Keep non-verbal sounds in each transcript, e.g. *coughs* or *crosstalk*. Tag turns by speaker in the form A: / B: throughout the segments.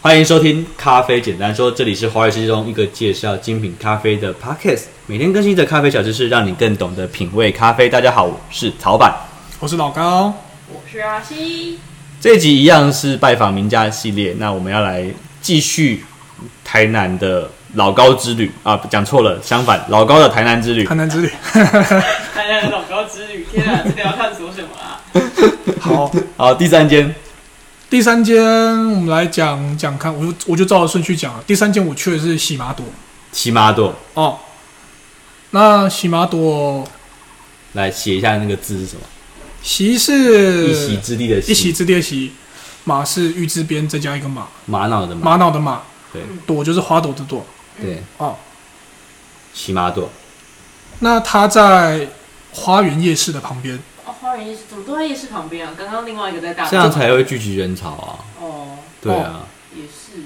A: 欢迎收听《咖啡简单说》，这里是华尔世界中一个介绍精品咖啡的 podcast，每天更新的咖啡小知识，让你更懂得品味咖啡。大家好，我是曹板。
B: 我是老高，
C: 我是阿西，
A: 这一集一样是拜访名家系列，那我们要来继续台南的老高之旅啊，讲错了，相反，老高的台南之旅
B: 台。南之旅。
C: 台南老哎高之旅，天啊，这个要探索什么啊？
B: 好，
A: 好，第三间，
B: 第三间我们来讲讲看，我就我就照着顺序讲啊了。第三间我去的是喜麻朵
A: 骑马朵，
B: 哦，那喜麻朵
A: 来写一下那个字是什么？
B: 席是
A: 一席之地的
B: 呃一席
A: 席，
B: 之地的席，马是玉字边再加一个马，
A: 玛瑙的玛，
B: 玛瑙的玛，
A: 对
B: 朵就是花朵的朵
A: 对，
B: 哦。
A: 骑马朵，
B: 那它在花园夜市的旁边，
C: 哦，花园夜市怎么都在夜市旁边啊？刚刚另外一个在大
A: 这样才会聚集人潮啊。
C: 哦，
A: 对啊，
C: 也是，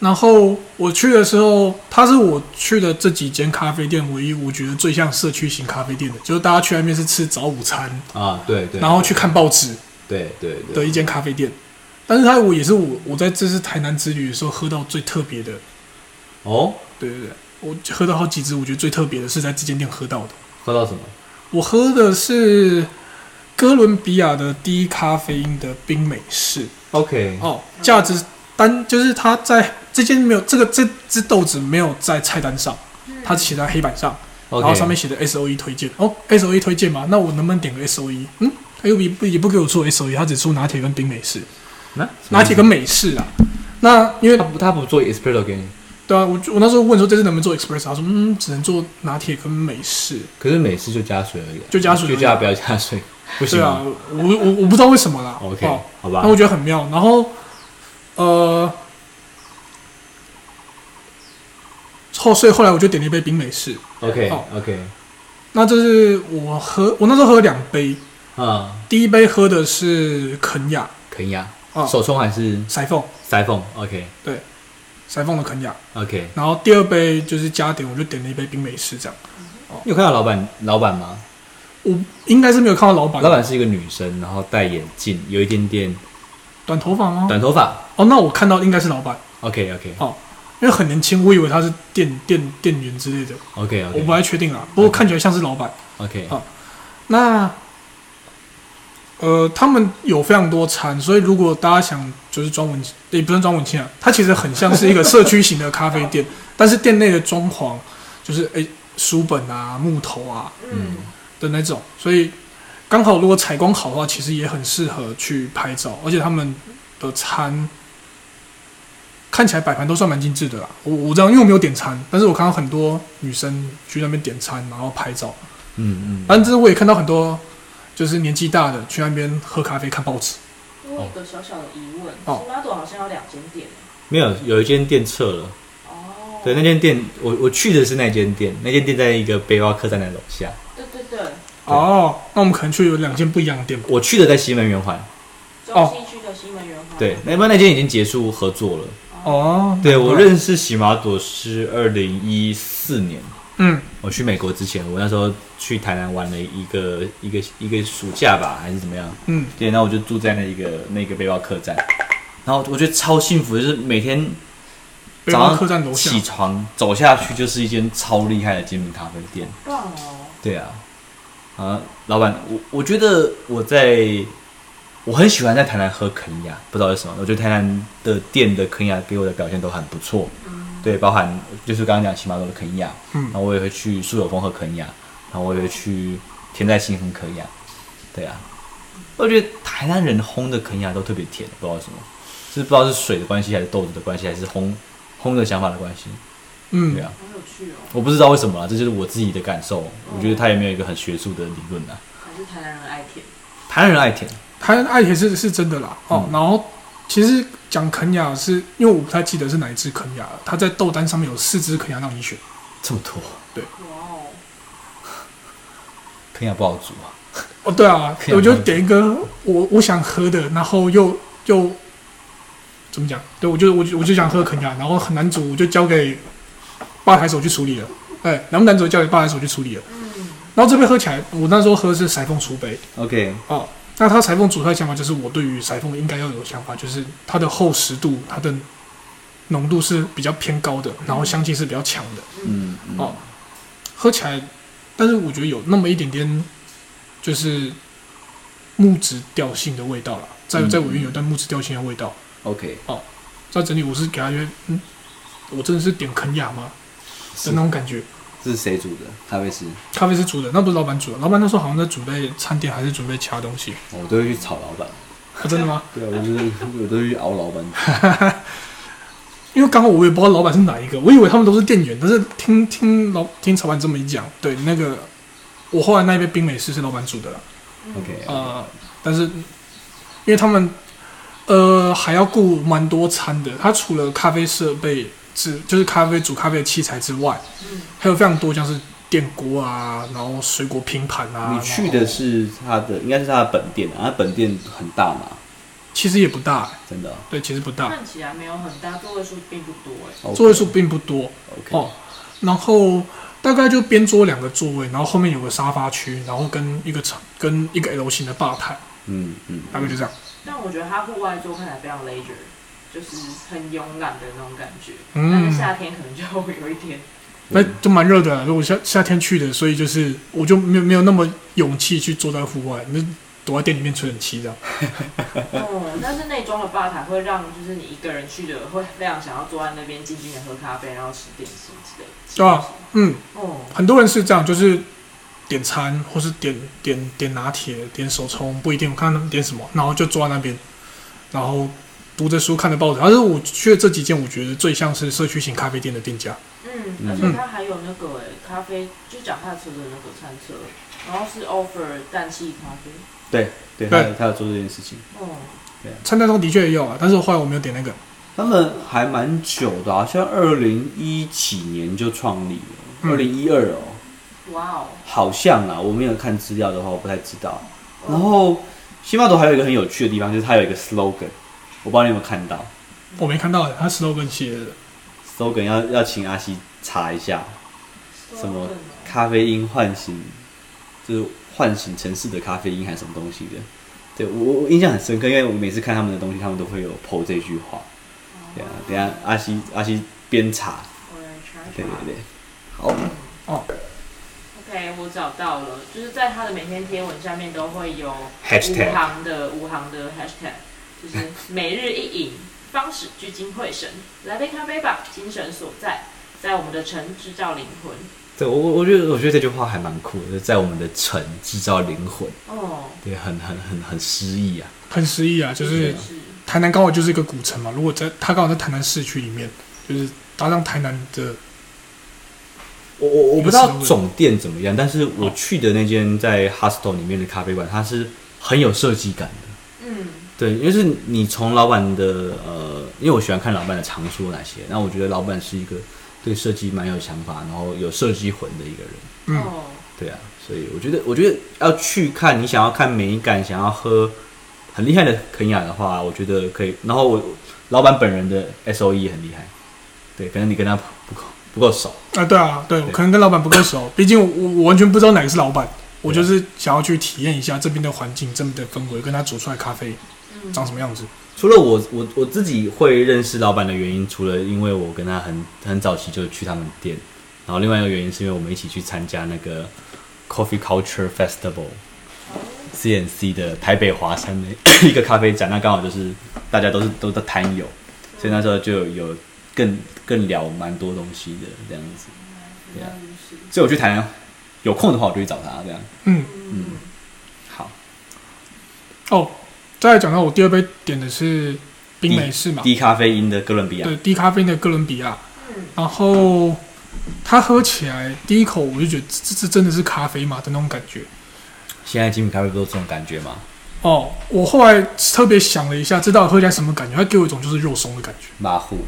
B: 然后我去的时候，它是我去的这几间咖啡店唯一我觉得最像社区型咖啡店的，就是大家去外面是吃早午餐，
A: 啊，对对，
B: 然后去看报纸
A: 对对对
B: 的一间咖啡店。但是它我也是我我在这次台南之旅的时候喝到最特别的，
A: 哦，
B: 对对对，我喝到好几支，我觉得最特别的是在这间店喝到的。
A: 喝到什么？
B: 我喝的是哥伦比亚的低咖啡因的冰美式
A: OK，
B: 哦，价值单就是它在这间没有这个这只豆子没有在菜单上，它写在黑板上。
A: o k
B: 然后上面写的 S O E 推荐，哦，S O E 推荐嘛，那我能不能点个 S O E？嗯，他又也不也不给我出 S O E，他只出拿铁跟冰美式，
A: 那
B: 拿铁跟美式啊。那因为
A: 他不他不做 espresso 给你，
B: 对啊，我就我那时候问说这次能不能做 express，他说嗯，只能做拿铁跟美式。
A: 可是美式就加水而已啊，
B: 就加水而已
A: 就加不要加
B: *laughs*
A: 水，不行
B: 对啊
A: 吗。，
B: 我我我不知道为什么啦。
A: OK，
B: 哦
A: 好吧
B: 那，我觉得很妙。然后呃，后所以后来我就点了一杯冰美式。
A: OK
B: 哦
A: OK，
B: 那这是我喝，我那时候喝了两杯，
A: 啊，
B: 第一杯喝的是肯雅
A: 肯亚
B: 啊，
A: 手冲还是
B: 塞凤。
A: 塞缝？OK
B: 裁缝的肯雅，
A: OK，
B: 然后第二杯就是加点，我就点了一杯冰美式这样。哦
A: 你有看到老板老板吗？
B: 我应该是没有看到老板，
A: 老板是一个女生，然后戴眼镜，有一点点
B: 短头发吗？
A: 短头发。
B: 哦，那我看到应该是老板，
A: OK OK
B: 因为很年轻，我以为他是店店店员之类的，
A: OK
B: 我
A: OK
B: 不太哦确定啦。啊不过看起来像是老板。
A: OK，
B: 那呃，他们有非常多餐，所以如果大家想就是装文，也不算装文青啊，它其实很像是一个社区型的咖啡店， *laughs* 但是店内的装潢就是诶、书本啊、木头啊，
C: 嗯，
B: 的那种，所以刚好如果采光好的话，其实也很适合去拍照，而且他们的餐看起来摆盘都算蛮精致的啦。我我这样，因为我没有点餐，但是我看到很多女生去那边点餐，然后拍照。
A: 嗯嗯，
B: 但是我也看到很多就是年纪大的去那边喝咖啡、看报纸。
C: 我嗯有一个小小的疑问，
B: 哦
C: 新拉朵好像有两间店，
A: 没有，有一间店撤了。
C: 哦，
A: 对，那间店我我去的是那间店，那间店在一个背包客栈的楼下。
C: 对对对，
A: 对
B: 哦，那我们可能去有两间不一样的店吧。
A: 我去的在西门圆环，
C: 中西区的西门园花，
A: 对，，那那间已经结束合作了。
B: 哦，
A: 对我认识喜马朵是二零一四年，
B: 嗯
A: 我去美国之前，我那时候去台南玩了一个一个一个暑假吧，还是怎么样？
B: 嗯，
A: 对，然后我就住在那一个那个背包客栈，然后我觉得超幸福，就是每天
B: 背
A: 早
B: 包
A: 上
B: 客栈楼下
A: 起床走下去就是一间超厉害的精品咖啡店。
C: 棒哦，
A: 对啊，啊，老板，我我觉得我在我很喜欢在台南喝肯亚，不知道为什么，我觉得台南的店的肯亚给我的表现都很不错。
C: 嗯，
A: 对，包含就是刚刚讲喜马拉雅的肯亚，
B: 嗯
A: 然后我也会去苏有峰喝肯亚，然后我也会去甜在心喝肯亚，对啊，我觉得台南人烘的肯亚都特别甜，不知道为什么，是不知道是水的关系，还是豆子的关系，还是烘烘的想法的关系，对
B: 嗯，
A: 啊，
C: 好有趣哦，
A: 我不知道为什么啦，这就是我自己的感受，我觉得他也没有一个很学术的理论啊，
C: 还是台南人爱甜，
A: 台南人爱甜，
B: 台湾爱也是是真的啦。哦，
A: 嗯
B: 然后其实讲肯雅是因为我不太记得是哪一支肯雅了，它在豆单上面有四支肯雅让你选。
A: 这么多
C: 哇哦，
A: 肯亚不好煮啊，
B: 哦，对啊，
A: 肯雅
B: 我就点一个我我想喝的，然后又又怎么讲？对，我就我就我就想喝肯雅，然后很难煮，我就交给吧台手去处理了。哎，难不难煮交给吧台手去处理了。
C: 嗯，
B: 然后这杯喝起来，我那时候喝的是塞凤竹杯
A: OK，
B: 哦，那他裁缝主菜想法就是我对于裁缝应该要有的想法，就是它的厚实度、它的浓度是比较偏高的，然后香气是比较强的，
A: 嗯嗯
B: 哦喝起来，但是我觉得有那么一点点就是木质调性的味道了，在
A: 嗯
B: 在我原有但木质调性的味道。
A: ，OK，
B: 在整体我是给他觉得，嗯，我真的是点肯雅吗的
A: 是
B: 那种感觉。
A: 这是谁煮的？咖啡师，
B: 咖啡是煮的，那不是老板煮的，老板那时候好像在准备餐点还是准备其他东西。
A: 哦我都会去炒老板。
B: 啊、真的吗？
A: 对啊，我就是我都会去熬老板。
B: 因为刚好我也不知道老板是哪一个，我以为他们都是店员，但是听听老听老板这么一讲，对那个我后来那一杯冰美式是老板煮的啦，
A: *laughs* OK，
B: 呃，但是因为他们呃还要顾蛮多餐的，他除了咖啡设备之就是咖啡煮咖啡的器材之外，还有非常多像是电锅啊，然后水果拼盘啊，
A: 你去
B: 然
A: 的
B: 后
A: 是他的，应该是他的本店啊，他本店很大嘛，
B: 其实也不大、
A: 真的哦。
B: 对，其实不大，
C: 看起来没有很大，座位数并不多哎。
A: OK，
B: 座位数并不多
A: OK，
B: 哦，然后大概就边桌两个座位，然后后面有个沙发区，然后跟一个长跟一个 L 型的吧台，
A: 嗯嗯，
B: 大概就这样，
C: 但我觉得它户外做看起来非常 leisure，就是很慵懒的那种感觉。但
B: 嗯
C: 是。夏天可能就会有一点，
B: 那就蛮热的啊、如果夏夏天去的，所以就是我就没有没有那么勇气去坐在户外，那躲在店里面吹冷气这样。
C: 哦，但是内装的吧台会让就是你一个人去的会非常想要坐在那边静静的喝咖啡，然后吃点心之类的。
B: 对啊嗯，
C: 哦，
B: 很多人是这样，就是点餐或是点点点拿铁、点手冲，不一定我看他们点什么，然后就坐在那边，然后读着书、看着报纸。但是我去的这几间，我觉得最像是社区型咖啡店的店家。
C: 嗯，而且它还有那个哎、咖啡，就脚踏车的那个餐车，然后是 offer 氮气咖啡。
A: 对，他
B: 对
A: 有他有做这件事情，
C: 哦，
B: 餐单上的确也有啊，但是后来我没有点那个。
A: 他们还蛮久的、啊，好像二零一几年就创立了，
B: 嗯
A: 二零一二哦，
C: 哇哦，
A: 好像啦，我没有看资料的话，我不太知道。然
C: 哦
A: 后星巴克还有一个很有趣的地方，就是它有一个 slogan，我不知道你有没有看到
B: 我没看到，啊他 slogan 写的，
A: ，slogan 要要请阿西查一下，什么
C: 说得更
A: 咖啡因唤醒，就是唤醒城市的咖啡因还是什么东西的。对我我印象很深刻，因为我每次看他们的东西，他们都会有 PO 这句话。对啊，等一下阿西阿西边查，
C: 哦我来查一
A: 对
C: 查。
A: 对对，好，
B: 哦
C: OK，我找到了，就是在他的每天贴文下面都会有
A: Hashtag
C: 五行的五行的 hashtag，就是每日一饮，方始聚精会神，来杯咖啡吧，精神所在，在我们的城制造灵魂。
A: 对我我我觉得我觉得这句话还蛮酷的，就是在我们的城制造灵魂，
C: 哦，
A: 对，很很很很诗意啊。
B: 很诗意啊，就是
C: 是
B: 台南刚好就是一个古城嘛，如果在它刚好在台南市区里面，就是搭上台南的，
A: 我我我不知
B: 有
A: 道
B: 思路
A: 总店怎么样，但是我去的那间在 Hostel 里面的咖啡馆，它是很有设计感的。
C: 嗯，
A: 对，因为是你从老板的呃，因为我喜欢看老板的藏书有哪些，那我觉得老板是一个对设计蛮有想法，然后有设计魂的一个人。
B: 嗯
C: 哦，
A: 对啊，所以我觉得，我觉得要去看你想要看美感，想要喝很厉害的肯雅的话，我觉得可以。然后我老板本人的 S O E 也很厉害，对，可能你跟他不不够不够熟。
B: 啊，对啊，对，我
A: 对
B: 可能跟老板不够熟，毕竟我我完全不知道哪个是老板，我就是想要去体验一下这边的环境、这边的氛围，跟他煮出来咖啡
C: 嗯，
B: 长什么样子。
A: 除了我我我自己会认识老板的原因，除了因为我跟他很很早期就去他们店，然后另外一个原因是因为我们一起去参加那个 Coffee Culture Festival CNC 的台北华山的一个咖啡展，那刚好就是大家都是都在摊友，所以那时候就有更更聊蛮多东西的这样子。
C: 原来
A: Yeah
C: 如此
A: 所以我去台南有空的话，我就去找他这样。
B: 嗯，
C: 嗯，
A: 好，
B: 哦，再来讲到我第二杯点的是冰美式嘛，
A: 低咖啡因的哥伦比亚
B: 对，低咖啡因的哥伦比亚，
C: 嗯
B: 然后它喝起来第一口我就觉得这这这真的是咖啡嘛的那种感觉。
A: 现在精品咖啡不都这种感觉吗？
B: 哦，我后来特别想了一下，这到底喝起来什么感觉？它给我一种就是肉松的感觉，
A: 马虎。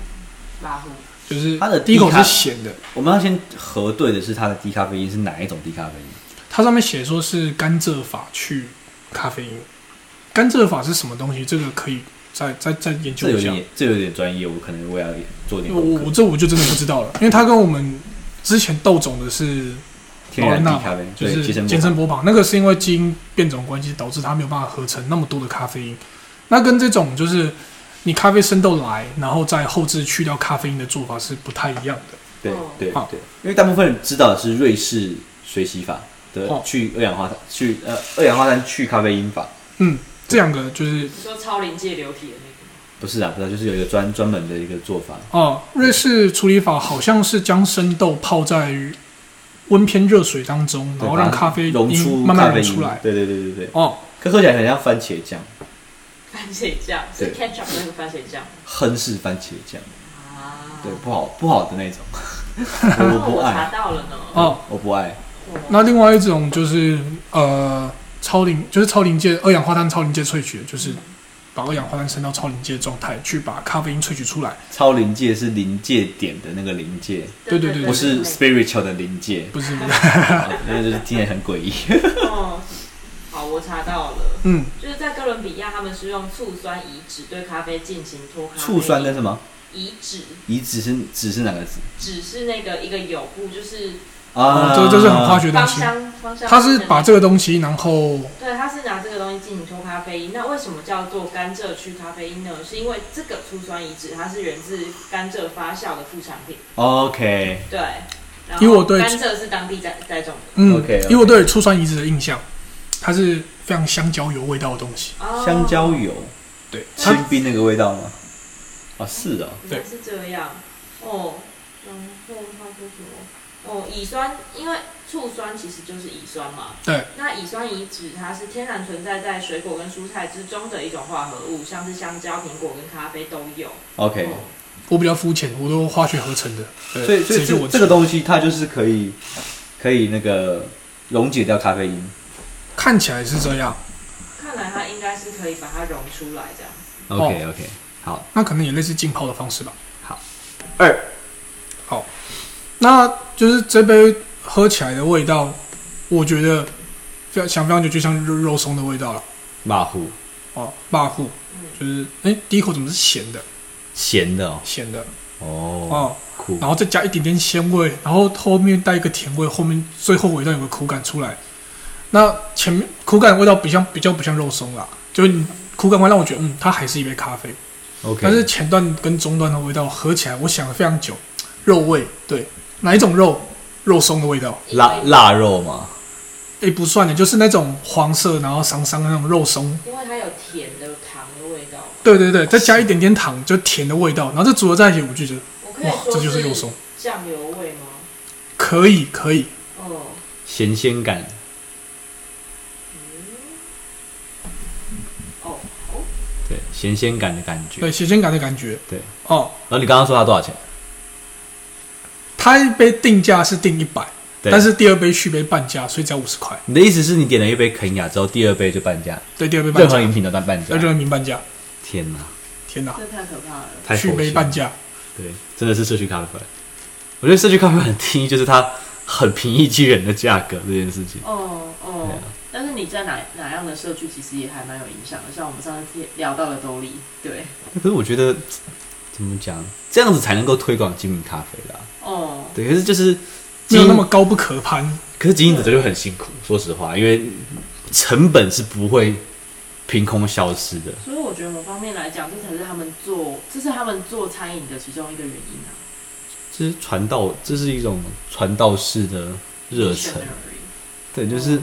C: 拉呼，
B: 就是
A: 它的
B: 第一口
A: 低咖嗯
B: 是咸的，
A: 我们要先核对的是它的低咖啡因是哪一种低咖啡因？
B: 它上面写说是甘蔗法去咖啡因，甘蔗法是什么东西？这个可以再再再研究
A: 这有
B: 一下。
A: 点这有点专业，我可能我也要做点
B: 我
A: 功
B: 我
A: 课
B: 我。这我就真的不知道了，因为它跟我们之前豆种的是
A: 天然低咖啡，
B: 哦就
A: 对，
B: 是
A: 杰森
B: 杰森
A: 伯
B: 波旁，那个是因为基因变种关系导致它没有办法合成那么多的咖啡因。那跟这种就是你咖啡生豆来，然后再后置去掉咖啡因的做法是不太一样的。
A: 对
C: 哦
A: 对
B: 好
A: 对，因为大部分人知道的是瑞士水洗法的
B: 哦
A: 去二氧化碳去呃二氧化碳去咖啡因法，
B: 嗯，这两个就是
C: 你说超临界流体的那
A: 不是啊，不是啊，就是有一个专专门的一个做法，
B: 哦，瑞士处理法好像是将生豆泡在温偏热水当中，
A: 对
B: 然后哦让
A: 把它
B: 咖啡
A: 溶出
B: 因慢慢
A: 咖啡
B: 溶
A: 因
B: 出来。
A: 对对对对对，
B: 哦，
A: 可喝起来很像番茄酱，
C: 个番茄酱，是
A: 对
C: ketchup 那个番茄酱
A: 亨氏番茄酱，
C: 啊。
A: 对，不好不好的
C: *laughs*
A: 那种，我
C: 哦
A: 不
C: 我
A: 爱，
C: 查到了呢。
B: 哦，
A: 我不爱，
C: 哦，
B: 那另外一种就是呃超临，就是超临界二氧化碳超临界萃取，就是把二氧化碳升到超临界状态，去把咖啡因萃取出来。
A: 超临界是临界点的那个临界，
B: 对对对
A: 不是 spiritual 的临界，
B: *laughs* 不是，
A: 啊那个就是听起来很诡异。
C: 哦，好，我查到了。
B: 嗯，
C: 就是在哥伦比亚，他们是用醋酸乙酯对咖啡进行脱咖啡因。
A: 醋酸跟什么？
C: 乙酯，
A: 乙酯是酯是哪个酯？
C: 酯是那个一个酉部，就是
A: 啊，
B: 这哦这是很化学东
C: 芳
B: 西。
C: 香芳香。
B: 它是把这个东西，然后
C: 对，它是拿这个东西进行脱咖啡因。那为什么叫做甘蔗区咖啡因呢？是因为这个醋酸乙酯它是源自甘蔗发酵的副产品。
A: OK，
C: 对，然后
B: 因为我对
C: 甘蔗是当地栽栽种的。
B: 嗯
A: OK，OK
B: 因为我对醋酸移植的印象，它是非常香蕉油味道的东西。
C: 哦
A: 香蕉油，
B: 对，它
A: 清冰那个味道吗？啊，是啊，
C: 原来是这样哦。然后他说什么？哦，乙酸，因为醋酸其实就是乙酸嘛。
B: 对。
C: 那乙酸乙酯它是天然存在在水果跟蔬菜之中的一种化合物，像是香蕉、苹果跟咖啡都有。
A: OK，
C: 哦
B: 我比较肤浅，我都化学合成的，对
A: 所以所以
B: 就我
A: 这这
B: 吃
A: 个东西它就是可以可以那个溶解掉咖啡因。
B: 看起来是这样，
C: 看来它应该是可以把它溶出来这样。
B: 哦
A: OK OK，好，
B: 那可能也类似浸泡的方式吧。
A: 二
B: 那就是这杯喝起来的味道，我觉得非常想非常久，就像肉肉松的味道了。
A: 马虎
B: 哦，霸户
C: 嗯
B: 就是哎、第一口怎么是咸的？
A: 咸的哦，
B: 咸的
A: 哦，
B: 哦，
A: 苦
B: 然后再加一点点鲜味，然后后面带一个甜味，后面最后尾段有个苦感出来。那前面苦感味道比较比较不像肉松啦，就是你苦感会让我觉得，嗯，它还是一杯咖啡。
A: OK，
B: 但是前段跟中段的味道合起来，我想了非常久，肉味对哪一种肉？肉松的味道，
A: 腊
C: 因为
A: 腊肉嘛，
B: 哎、不算的，就是那种黄色，然后桑桑的那种肉松。
C: 因为它有甜的糖的味道。
B: 对对对，再加一点点糖，就甜的味道，然后这组合在一起，我就觉得
C: 我可以
B: 哇，
C: 说
B: 这就是肉松，
C: 酱油味吗？
B: 可以可以。
C: 哦，
A: 咸鲜感。
C: 嗯哦，哦，
A: 对，咸鲜感的感觉。
B: 对，新鲜感的感觉。
A: 对，
B: 哦，
A: 然后你刚刚说它多少钱？
B: 它一杯定价是定一百，
A: 对
B: 但是第二杯续杯半价，所以只要五十块。
A: 你的意思是你点了一杯肯雅之后，第二杯就半价，
B: 对，第二杯半
A: 任何
B: 价，
A: 饮品都当半价
B: 要。热明半价。
A: 天哪，
B: 天哪，
C: 这太可怕了。
A: 太
B: 续
A: 佛
B: 杯
A: 心
B: 半
A: 了。
B: 价。
A: 对，真的是社区咖啡。我觉得社区咖啡很定义就是它很平易近人的价格这件事
B: *laughs*
A: 情。
C: 哦
A: 对
C: 哦
A: 啊，
C: 但是你在哪哪样的社区，其实也还蛮有影响的。像我们上次聊到的兜里，对，
A: 可是我觉得怎么讲，这样子才能够推广精品咖啡啦。
C: 哦，
A: 对，可是就是
B: 没有
A: 经
B: 那么高不可攀，
A: 可是经营者就很辛苦，说实话，因为成本是不会凭空消失的。
C: 所以我觉得某方面来讲，这才是他们做，这是他们做餐饮的其中一个原因啊，
A: 这是传道，这是一种传道式的热
C: 选
A: 忱
C: 的。而已。
A: 对，就是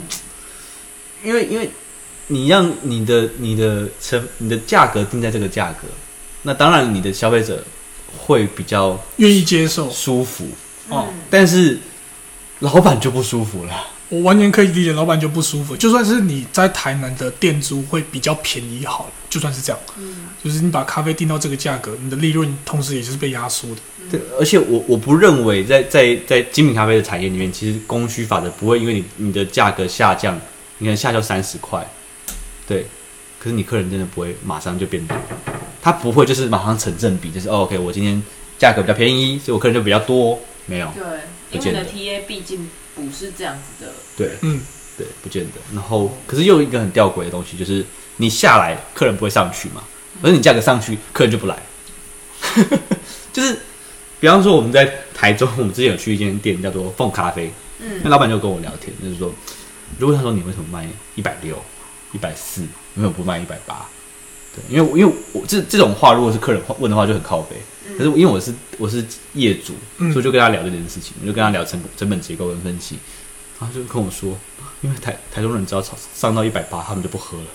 A: 因为因为你让你的你的成你的价格定在这个价格，那当然你的消费者会比较
B: 愿意接受。
A: 舒服，
B: 哦
C: 嗯，
A: 但是老板就不舒服了。
B: 我完全可以理解老板就不舒服。就算是你在台南的店租会比较便宜好了，就算是这样，
C: 嗯
B: 就是你把咖啡定到这个价格，你的利润同时也是被压缩的。
A: 对，而且我我不认为在在在精品咖啡的产业里面，其实供需法则不会因为你你的价格下降，你可能下降三十块，对，可是你客人真的不会马上就变多，他不会就是马上成正比，就是、哦、OK，我今天价格比较便宜，所以我客人就比较多，没有。
C: 对，
A: 不
C: 因为
A: 见
C: 你
A: 得
C: 的 TA 毕竟不是这样子的，
A: 对
B: 嗯，
A: 对，不见得。然后，可是又有一个很吊诡的东西，就是你下来，客人不会上去嘛，可是你价格上去，客人就不来。 *laughs* 就是，比方说我们在台中，我们之前有去一间店叫做凤咖啡，那
C: 嗯
A: 老板就跟我聊天，就是说，如果他说你为什么卖一百六、一百四，为什么不卖一百八？对，因为我因为我这这种话，如果是客人问的话，就很靠背。
C: 嗯
A: 可
C: 哦
A: 是因为我是我是业主，所
B: 嗯
A: 以我就跟他聊这件事情，我就跟他聊成成本结构跟分析，然后他就跟我说，因为台台中人只要上上到一百八，他们就不喝了。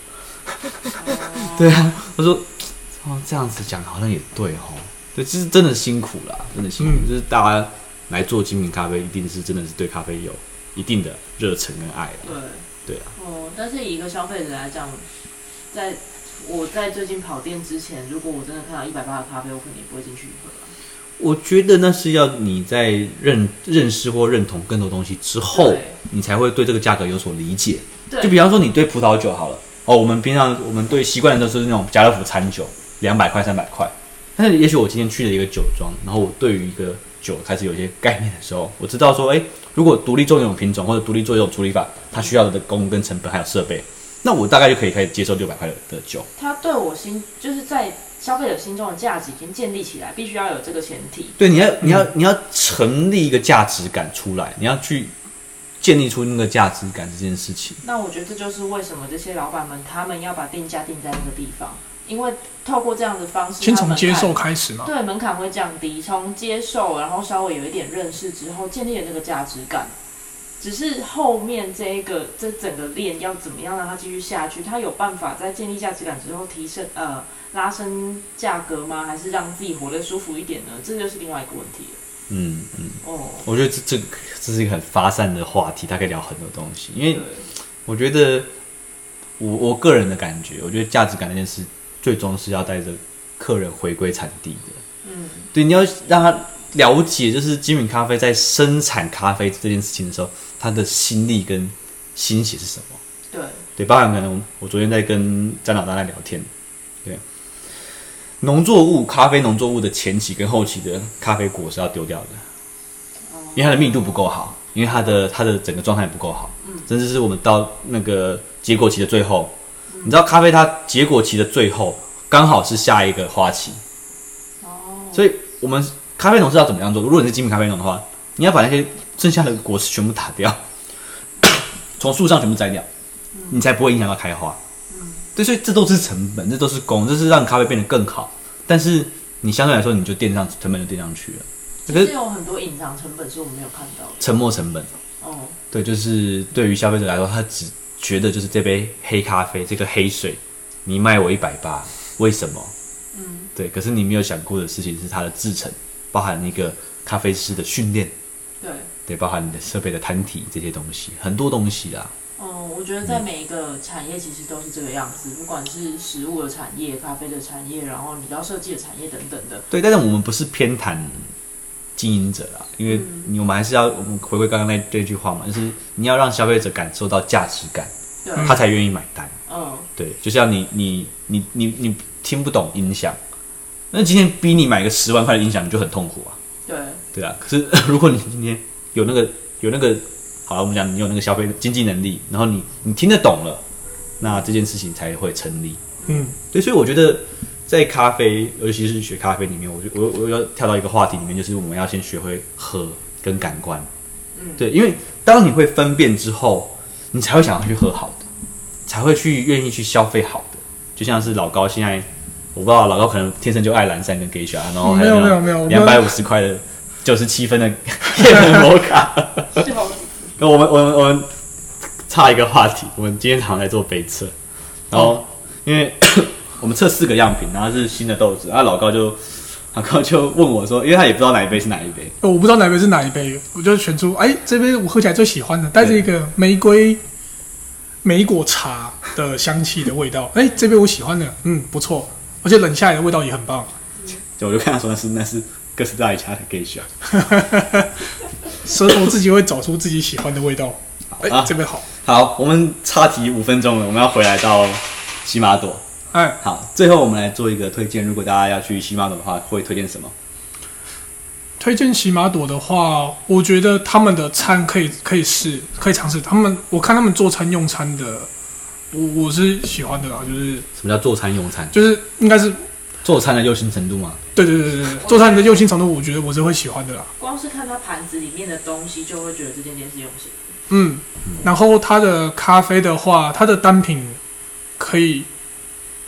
A: *laughs* 对啊，他说哦这样子讲好像也对哦，对，其实真的辛苦啦，真的辛苦，
B: 嗯
A: 就是大家来做精品咖啡，一定是真的是对咖啡有一定的热忱跟爱啦。对
C: 对
A: 啊，
C: 哦，但是以一个消费者来讲，在我在最近跑店之前，如果我真的看到一百八的咖啡，我肯定也不会进去喝啊。
A: 我觉得那是要你在认认识或认同更多东西之后，你才会对这个价格有所理解。
C: 对
A: 就比方说你对葡萄酒好了，哦，我们平常我们对习惯的都是那种家乐福餐酒，两百块、三百块。但是也许我今天去了一个酒庄，然后我对于一个酒开始有一些概念的时候，我知道说，哎、如果独立做这种品种或者独立做这种处理法，它需要的工跟成本还有设备，那我大概就可以开始接受六百块的的酒。
C: 它对我心就是在消费者心中的价值已经建立起来，必须要有这个前提。
A: 对，你要你要你要成立一个价值感出来，你要去建立出那个价值感这件事情。
C: 那我觉得这就是为什么这些老板们他们要把定价定在那个地方，因为透过这样的方式，
B: 先
C: 他
B: 从
C: 们
B: 接
C: 看
B: 受开始嘛。
C: 对门槛会降低，从接受，然后稍微有一点认识之后，建立了那个价值感。只是后面这一个这整个链要怎么样让它继续下去？它有办法在建立价值感之后提升呃拉升价格吗？还是让自己活得舒服一点呢？这就是另外一个问题了。
A: 嗯嗯，
C: 哦，
A: 我觉得这这个这是一个很发散的话题，它可以聊很多东西，因为
C: 对，
A: 我觉得我我个人的感觉，我觉得价值感那件事，最终是要带着客人回归产地的。
C: 嗯，
A: 对，你要让他了解，就是精品咖啡在生产咖啡这件事情的时候，他的心力跟心血是什么？
C: 对，
A: 对，包含可能我昨天在跟张老大在聊天，对，农作物咖啡农作物的前期跟后期的咖啡果是要丢掉的，因为它的密度不够好，因为它的它的整个状态不够好，甚至是我们到那个结果期的最后，你知道咖啡它结果期的最后刚好是下一个花期，
C: 哦，
A: 所以我们咖啡农是要怎么样做？如果你是精品咖啡农的话，你要把那些剩下的果实全部打掉， *coughs* 从树上全部摘掉，你才不会影响到开花。对，所以这都是成本，这都是工，这是让咖啡变得更好。但是你相对来说，你就垫上成本就垫上去了，
C: 其
A: 可是
C: 实有很多隐藏成本是我们没有看到的。
A: 沉没成本。
C: 哦，
A: 对，就是对于消费者来说，他只觉得就是这杯黑咖啡，这个黑水，你卖我一百八，为什么？嗯，对。可是你没有想过的事情是它的制成，包含一个咖啡师的训练，
C: 对，
A: 对，包含你的设备的摊体这些东西，很多东西啦。
C: 嗯，我觉得在每一个产业其实都是这个样子，不管是食物的产业、咖啡的产业，然后你到设计的产业等等的。
A: 对，但是我们不是偏袒经营者啦，因为你我们还是要我们回归刚刚那这句话嘛，就是你要让消费者感受到价值感，
C: 对，
A: 他才愿意买单。
C: 嗯，
A: 对，就像你你你你你听不懂音响，那今天逼你买个十万块的音响，你就很痛苦啊，
C: 对，
A: 对啊。可是如果你今天有那个有那个，好了，我们讲你有那个消费经济能力，然后你你听得懂了，那这件事情才会成立。
B: 嗯，
A: 对，所以我觉得在咖啡，尤其是学咖啡里面，我就我我要跳到一个话题里面，就是我们要先学会喝跟感官。
C: 嗯
A: 对，因为当你会分辨之后，你才会想要去喝好的，才会去愿意去消费好的。就像是老高现在，我不知道老高可能天生就爱蓝山跟 geisha，然后还
B: 没有
A: 那
B: 没有没有
A: 哦哎两
B: 我
A: 百
B: 们
A: 五十块的九十七分的 *laughs* 夜门摩卡。
B: 呃
C: 是哦猴子。
A: 那我们我们我们差一个话题，我们今天好像在做杯测，然后因为 *coughs* 我们测四个样品，然后是新的豆子，然后老高就老高就问我说，因为他也不知道哪一杯是哪一杯，
B: 呃我不知道哪杯是哪一杯，我就选出哎，这杯我喝起来最喜欢的，带着一个玫瑰莓果茶的香气的味道。哎，这杯我喜欢的，嗯，不错，而且冷下来的味道也很棒。 *laughs*
A: 就我就跟他说那是那是哥斯达黎加的 g a y
B: 舌头自己会找出自己喜欢的味道。哎
A: 啊，
B: 这杯好，
A: 好，我们差题五分钟了，我们要回来到喜马朵。
B: 哎，
A: 好，最后我们来做一个推荐，如果大家要去喜马朵的话，会推荐什么？
B: 推荐喜马朵的话，我觉得他们的餐可以可以试，可以尝试。他们我看他们做餐用餐的，我我是喜欢的啦，就是
A: 什么叫做餐用餐？
B: 就是应该是
A: 做餐的用心程度嘛。
B: 对对对对对，做餐的用心程度，我觉得我是会喜欢的啦。
C: 光是看它盘子里面的东西，就会觉得这间店是用心的。
B: 嗯，然后它的咖啡的话，它的单品可以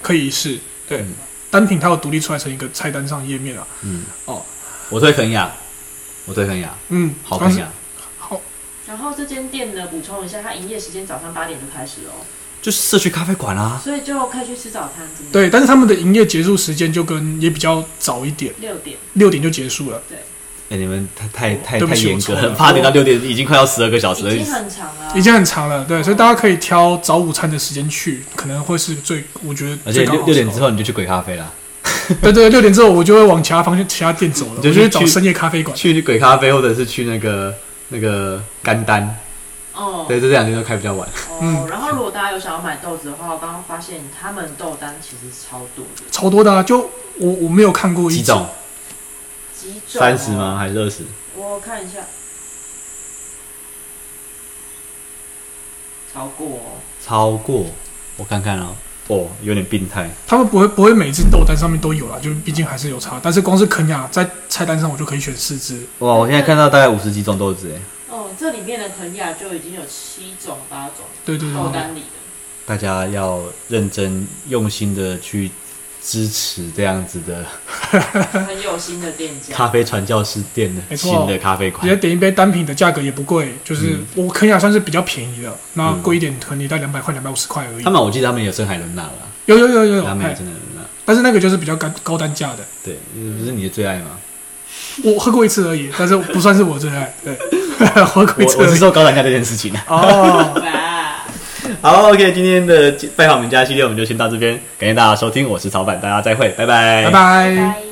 B: 可以试，对，
A: 嗯
B: 单品它有独立出来成一个菜单上页面啊。
A: 嗯，
B: 哦，
A: 我推肯亚，我推肯亚，
B: 嗯，
A: 好
B: 但
A: 肯
B: 是
A: 亚，
B: 好，
C: 然后这间店呢，补充一下，它营业时间早上八点就开始哦，
A: 就是社区咖啡馆啊。
C: 所以就可以去吃早餐，真的。，
B: 对，但是他们的营业结束时间就跟也比较早一点，
C: 六点。
B: 六点就结束了。
A: 哎、你们太太太
B: 对不
A: 太
B: 起
A: 严
B: 我
A: 格
B: 错了
A: 了，八点到六点已经快要十二个小时了
C: 已。经很长了啊，
B: 已经很长了，对，所以大家可以挑早午餐的时间去，可能会是最，我觉得
A: 而且
B: 最刚
A: 六
B: 好
A: 六点
B: 的时
A: 之
B: 候，
A: 后你就去鬼咖啡啦，
B: 对对，六点之后我就会往其他方向、其他店走了，
A: 你就
B: 我
A: 去
B: 会找
A: 去
B: 深夜咖啡馆。
A: 去鬼咖啡或者是去那个那个干丹，
C: 哦，
A: 对，这两天都开比较晚。
C: 哦
B: 嗯，
C: 然后如果大家有想要买豆子的话，我刚刚发现他们豆单其实超多的，
B: 超多的、啊，就我我没有看过一
A: 几种？
C: 几种哦
A: 三十吗？？还是二十？
C: 我看一下，超过哦
A: 超过？我看看哦，哦，有点病态。
B: 他们不会不会每只豆单上面都有啦，就是毕竟还是有差。但是光是肯亚在菜单上我就可以选四只，
A: 哇，我现在看到大概五十几种豆子，哎，
C: 哦，这里面的肯亚就已经有七种八种
B: 对
A: 嗯
B: 对
C: 豆
B: 对对，
C: 单里的，
A: 大家要认真用心的去支持这样子的
C: 很有心的店
A: 咖
C: 家。
A: 啡传教士店的
B: 没错
A: 新的咖啡
B: 直接
A: 馆。
B: 点一杯单品的价格也不贵，就是
A: 嗯
B: 我肯亚算是比较便宜的，那
A: 嗯
B: 贵一点可能也在两百块、两百五十块而已
A: 他。们我记得他们也有圣海伦娜了，
B: 有有有有有
A: 他，们也
B: 哎
A: 有圣海伦娜。
B: 但是那个就是比较高高单价的，
A: 对，不是你的最爱吗？
B: 我喝过一次而已，但是不算是我最爱。对， *laughs* 喝过
A: 我
B: 一次
A: 我
B: 而
A: 是
B: 已。
A: 说高单价这件事情啊。
B: 哦，
C: 哇
A: *laughs* 好，OK，今天的拜访名家系列我们就先到这边，感谢大家收听，我是曹板，大家再会，拜拜，
B: 拜拜。
C: 拜。